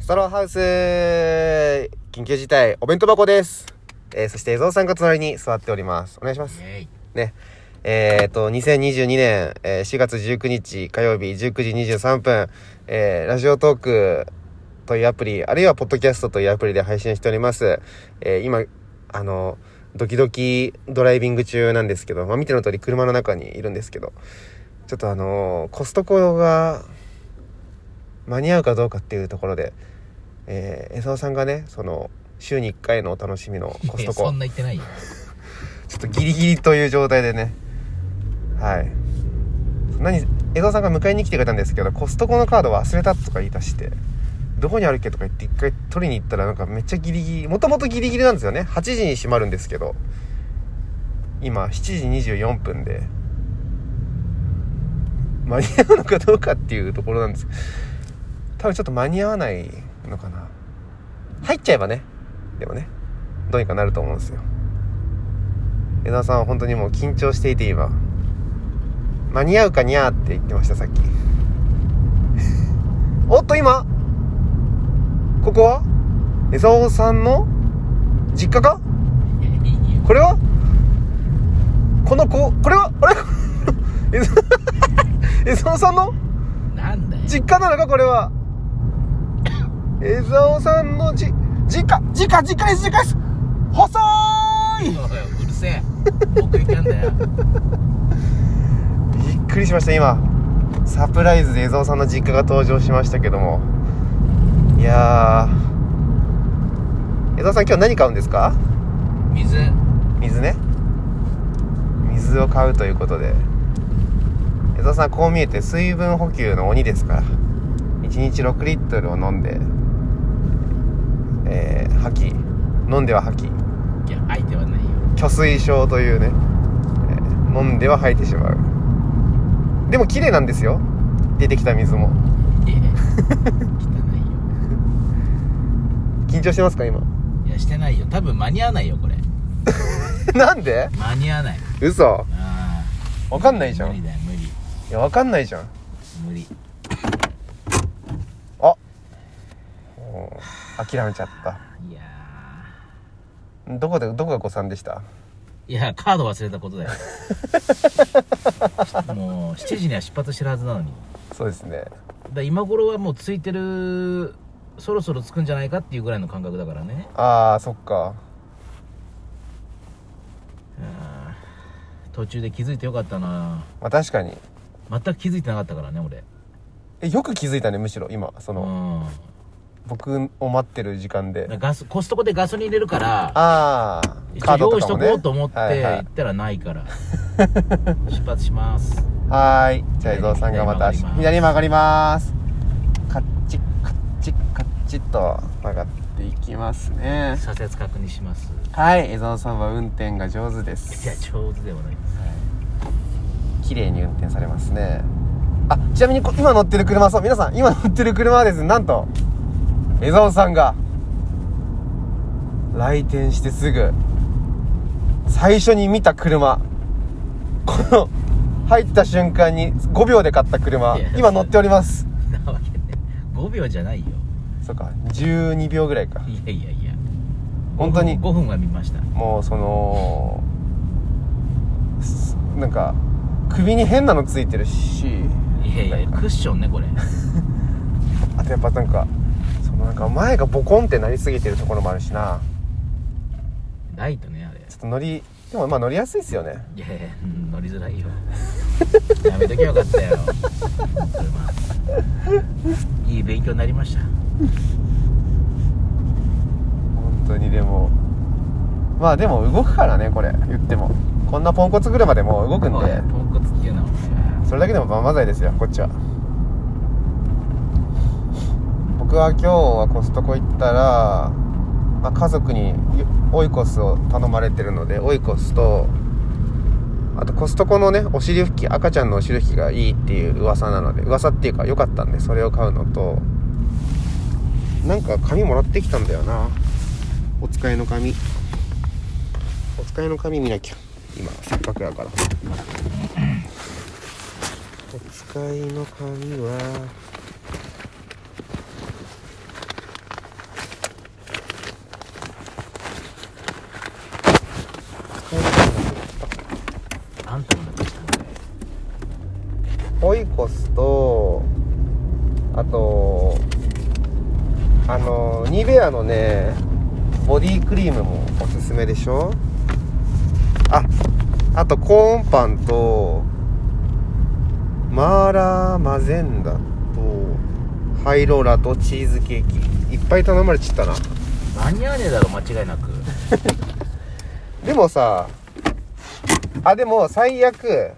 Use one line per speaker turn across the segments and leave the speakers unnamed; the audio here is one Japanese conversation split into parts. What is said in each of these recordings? ストローハウス緊急事態お弁当箱です。えー、そして映像さんが隣に座っております。お願いします。
イ
ね。えー、っと、2022年、えー4月19日火曜日19時23分、えーラジオトークというアプリ、あるいはポッドキャストというアプリで配信しております。えー今、あの、ドキドキドライビング中なんですけど、まあ、見ての通り車の中にいるんですけど、ちょっとあの、コストコが間に合うかどうかっていうところで、えー、江沢さんがね、その、週に1回のお楽しみのコス
いや
トコ
そん。な言ってないよ
ちょっとギリギリという状態でねはいそんなに江澤さんが迎えに来てくれたんですけどコストコのカード忘れたとか言い出してどこにあるっけとか言って一回取りに行ったらなんかめっちゃギリギリもともとギリギリなんですよね8時に閉まるんですけど今7時24分で間に合うのかどうかっていうところなんです多分ちょっと間に合わないのかな入っちゃえばねでもねどうにかなると思うんですよ江田さんは本当にもう緊張していて今間に合うかにゃーって言ってましたさっき おっと今ここは江沢さんの実家か
いやいいよ
これはこの子これはあれ 江沢江沢さんの
なんだよ
実家なのかこれは江沢さんのじ実家実家実家です実家です細い
おいうるせえ僕行かんだよ
びっくりしました今サプライズで江蔵さんの実家が登場しましたけどもいやー江蔵さん今日何買うんですか
水
水ね水を買うということで江蔵さんこう見えて水分補給の鬼ですから1日6リットルを飲んでえー吐き飲んでは吐き
いや相手はないよ
虚水症というね、えー飲んでは吐いてしまうでも綺麗なんですよ出てきた水も
いや汚
緊張してますか今
いよいやしてないよ多分間に合わないよこれ
なんで
間に合わない
嘘
あ
わかんないじゃ
ー無
ん
理
い
だよ無理
やわかんないじゃん
無理
もう諦めちゃった
いや
どこでどこが誤算でした
ーいやカード忘れ たことだよもう7時には出発してるはずなのに
そうですね
だ今頃はもうついてるそろそろ着くんじゃないかっていうぐらいの感覚だからね
あーそっか
途中で気づいてよかったな
まあ確かに
全く気づいてなかったからね俺
えよく気づいたねむしろ今その、
うん
僕を待ってる時間で
だからガスコストコでガソリン入れるから
ああ
一応用意しとこうと思って行ったらないから、 出発します
はーい。じゃあ、伊藤さんがまた
左
左に曲がります。カッチッカッチッカッチッと曲がっていきますね。
左折確認します
はい、伊藤さんは運転が上手で
いや
す。
上手ではないです
綺麗に運転されますね。あ、ちなみにこ今乗ってる車、そう、皆さん、今乗ってる車はですね、なんと、江澤さんが、来店してすぐ、最初に見た車、この、入った瞬間に5秒で買った車
いや、
今乗っております。
なわけね5秒じゃないよ
そうか12秒ぐらいか
いやいやいや
本当に
5分は見ました
もうそのすなんか首に変なのついてるし
いやいや
なんか
クッションねこ れ
あとやっぱなんかそのなんか前がボコンってなりすぎてるところもあるしな
ライトねあれ
ちょっと乗りでもまあ乗りやすいですよね
いやいやうん乗りづらいよやめときゃよかった よ車いい勉強になりました
本当にでもまあでも動くからねこれ言ってもこんなポンコツ車でも動くん
おい
で
ポンコツっていうのは
それだけでも万々歳ですよこっちは僕は今日はコストコ行ったら、まあ、家族によオイコスを頼まれてるのでオイコスとあとコストコのねお尻拭き赤ちゃんのお尻拭きがいいっていう噂なので噂っていうか良かったんでそれを買うのとなんか紙もらってきたんだよなお使いの紙お使いの紙見なきゃ今せっかくやからお使いの紙はのーあのーニベアのねボディクリームもおすすめでしょああとコーンパンとマーラーマゼンダとハイローラとチーズケーキいっぱい頼まれちったな
間に合わねえだろ間違いなく
でもさあでも最悪
うん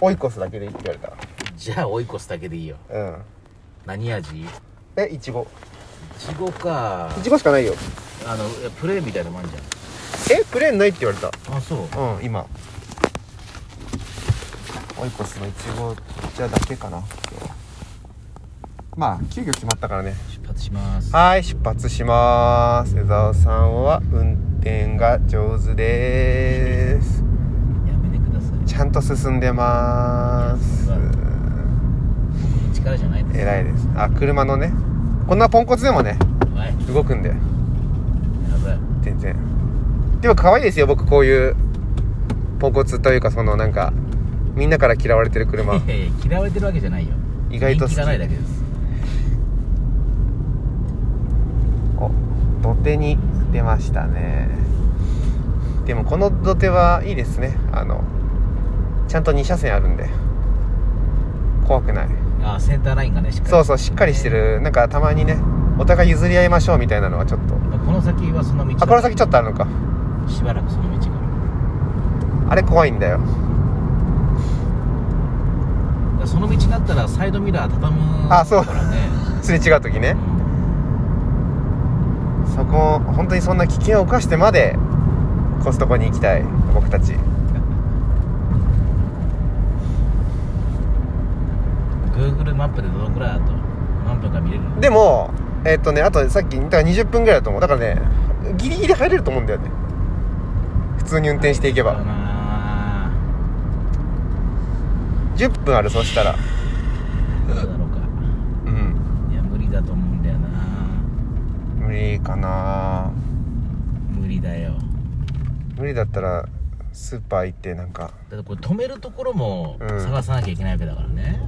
追い越すだけでいいって言わ
じゃあ追い越すだけでいいよ
れたうん
何味い
えいちご
ちごか
いちごしかないよ
あのいやプレーンみたいなもんじゃ
えプレーンないって言われた
んあそう
うん今オイコスのイチゴ茶だけかなまあ急遽決まったからね
出発します
はい出発します江澤さんは運転が上手です
やめてくださ
ちゃんと進んでます
い力じゃないです
偉いですあ車のねこんなポンコツでもね
はい
動くんで
やばい
全然でも可愛いですよ僕こういうポンコツというかそのなんかみんなから嫌われてる車
いやいや嫌われてるわけじゃないよ
意外と好き
人気がないだけです
お土手に出ましたねでもこの土手はいいですねあのちゃんと2車線あるんで怖くない
あセンターラインがねしっかり
そうそうしっかりしてるなんかたまにねお互い譲り合いましょうみたいなのはちょっと
まあこの先はその道
あこの先ちょっとあるのか
しばらくその道がある
あれ怖いんだよ
だからその道になったらサイドミラー畳む
あそう
からね
すれ違う時ね
うん
そこ本当にそんな危険を冒してまでコストコに行きたい僕たち
Google マップでどのくらいだと何分か見れるの
でもえっ、とねあとさっきだから20分ぐらいだと思うだからねギリギリ入れると思うんだよね普通に運転していけば
だな
10分あるそしたら
どうだろうか
うん
いや無理だと思うんだよな
無理かな
無理だよ
無理だったらスーパー行ってなんか
だってこれ止めるところも
うん
探さなきゃいけないわけだからね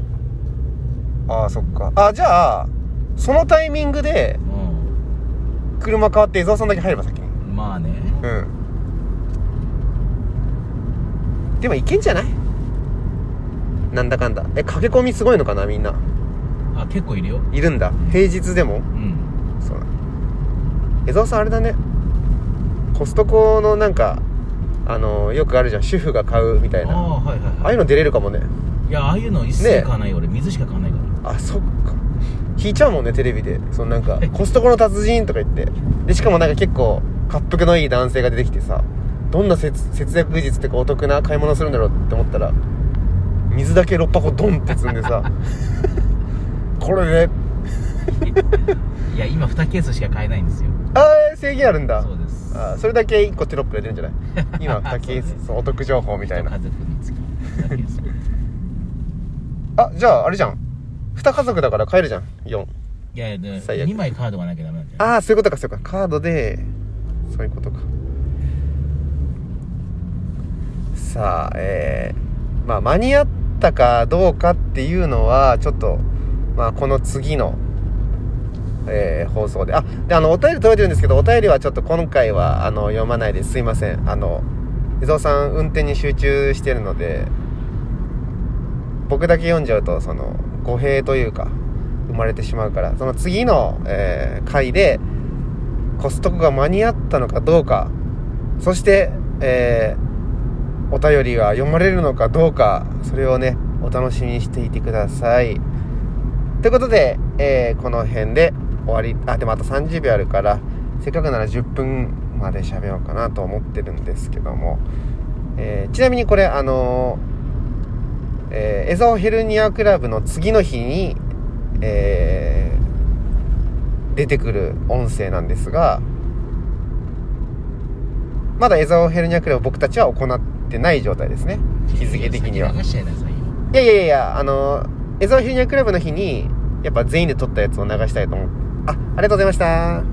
ああそっかあじゃあそのタイミングで
う
車変わって江沢さんだけ入れば先に
んまあね
うんでもいけんじゃないなんだかんだえ駆け込みすごいのかなみんな
あ結構いるよ
いるんだ平日でも
うん
そうだ江沢さんあれだねコストコのなんかあのよくあるじゃん主婦が買うみたい
あ
な
あはいはい
あ
は
あ
い
いうの出れるかもね
いやああいうの一切買わないよ、俺水しか買わないから
あそっか引いちゃうもんねテレビでそのなんかコストコの達人とか言ってでしかもなんか結構滑腹のいい男性が出てきてさどんな節節約技術ってかお得な買い物するんだろうって思ったら水だけ6箱ドンって積んで さこれね
いや今2ケースしか買えないんですよ
あー制限あるんだ
そうです
あーそれだけ1個テロップ出てるんじゃない今
そう
2ケー
ね
スそうお得情報みたい
一
な
家族につき2ケ ース
あじゃああれじゃん2家族だから買えるじゃん4
いやいやで
最悪
2枚カードがなきゃダメなんじゃない
ああそういうことかそういうことかカードでそういうことかさあえー、まあ間に合ったかどうかっていうのはちょっとまあこの次のえー放送であであのお便り届いてるんですけどお便りはちょっと今回はあの読まないですすいませんあの伊蔵さん運転に集中してるので僕だけ読んじゃうとその語弊というか生まれてしまうからその次の、えー回でコストコが間に合ったのかどうかそして、えーお便りが読まれるのかどうかそれをねお楽しみにしていてくださいということで、えーこの辺で終わりあでもあと30秒あるからせっかくなら10分まで喋ろうかなと思ってるんですけども、えーちなみにこれあのーえーエゾヘルニアクラブの次の日に、えー出てくる音声なんですがまだエゾヘルニアクラブ僕たちは行ってない状態ですね日付的には
先流しちゃいなさいよ
いやいやいやいやあのエゾヘルニアクラブの日にやっぱ全員で撮ったやつを流したいと思うあありがとうございました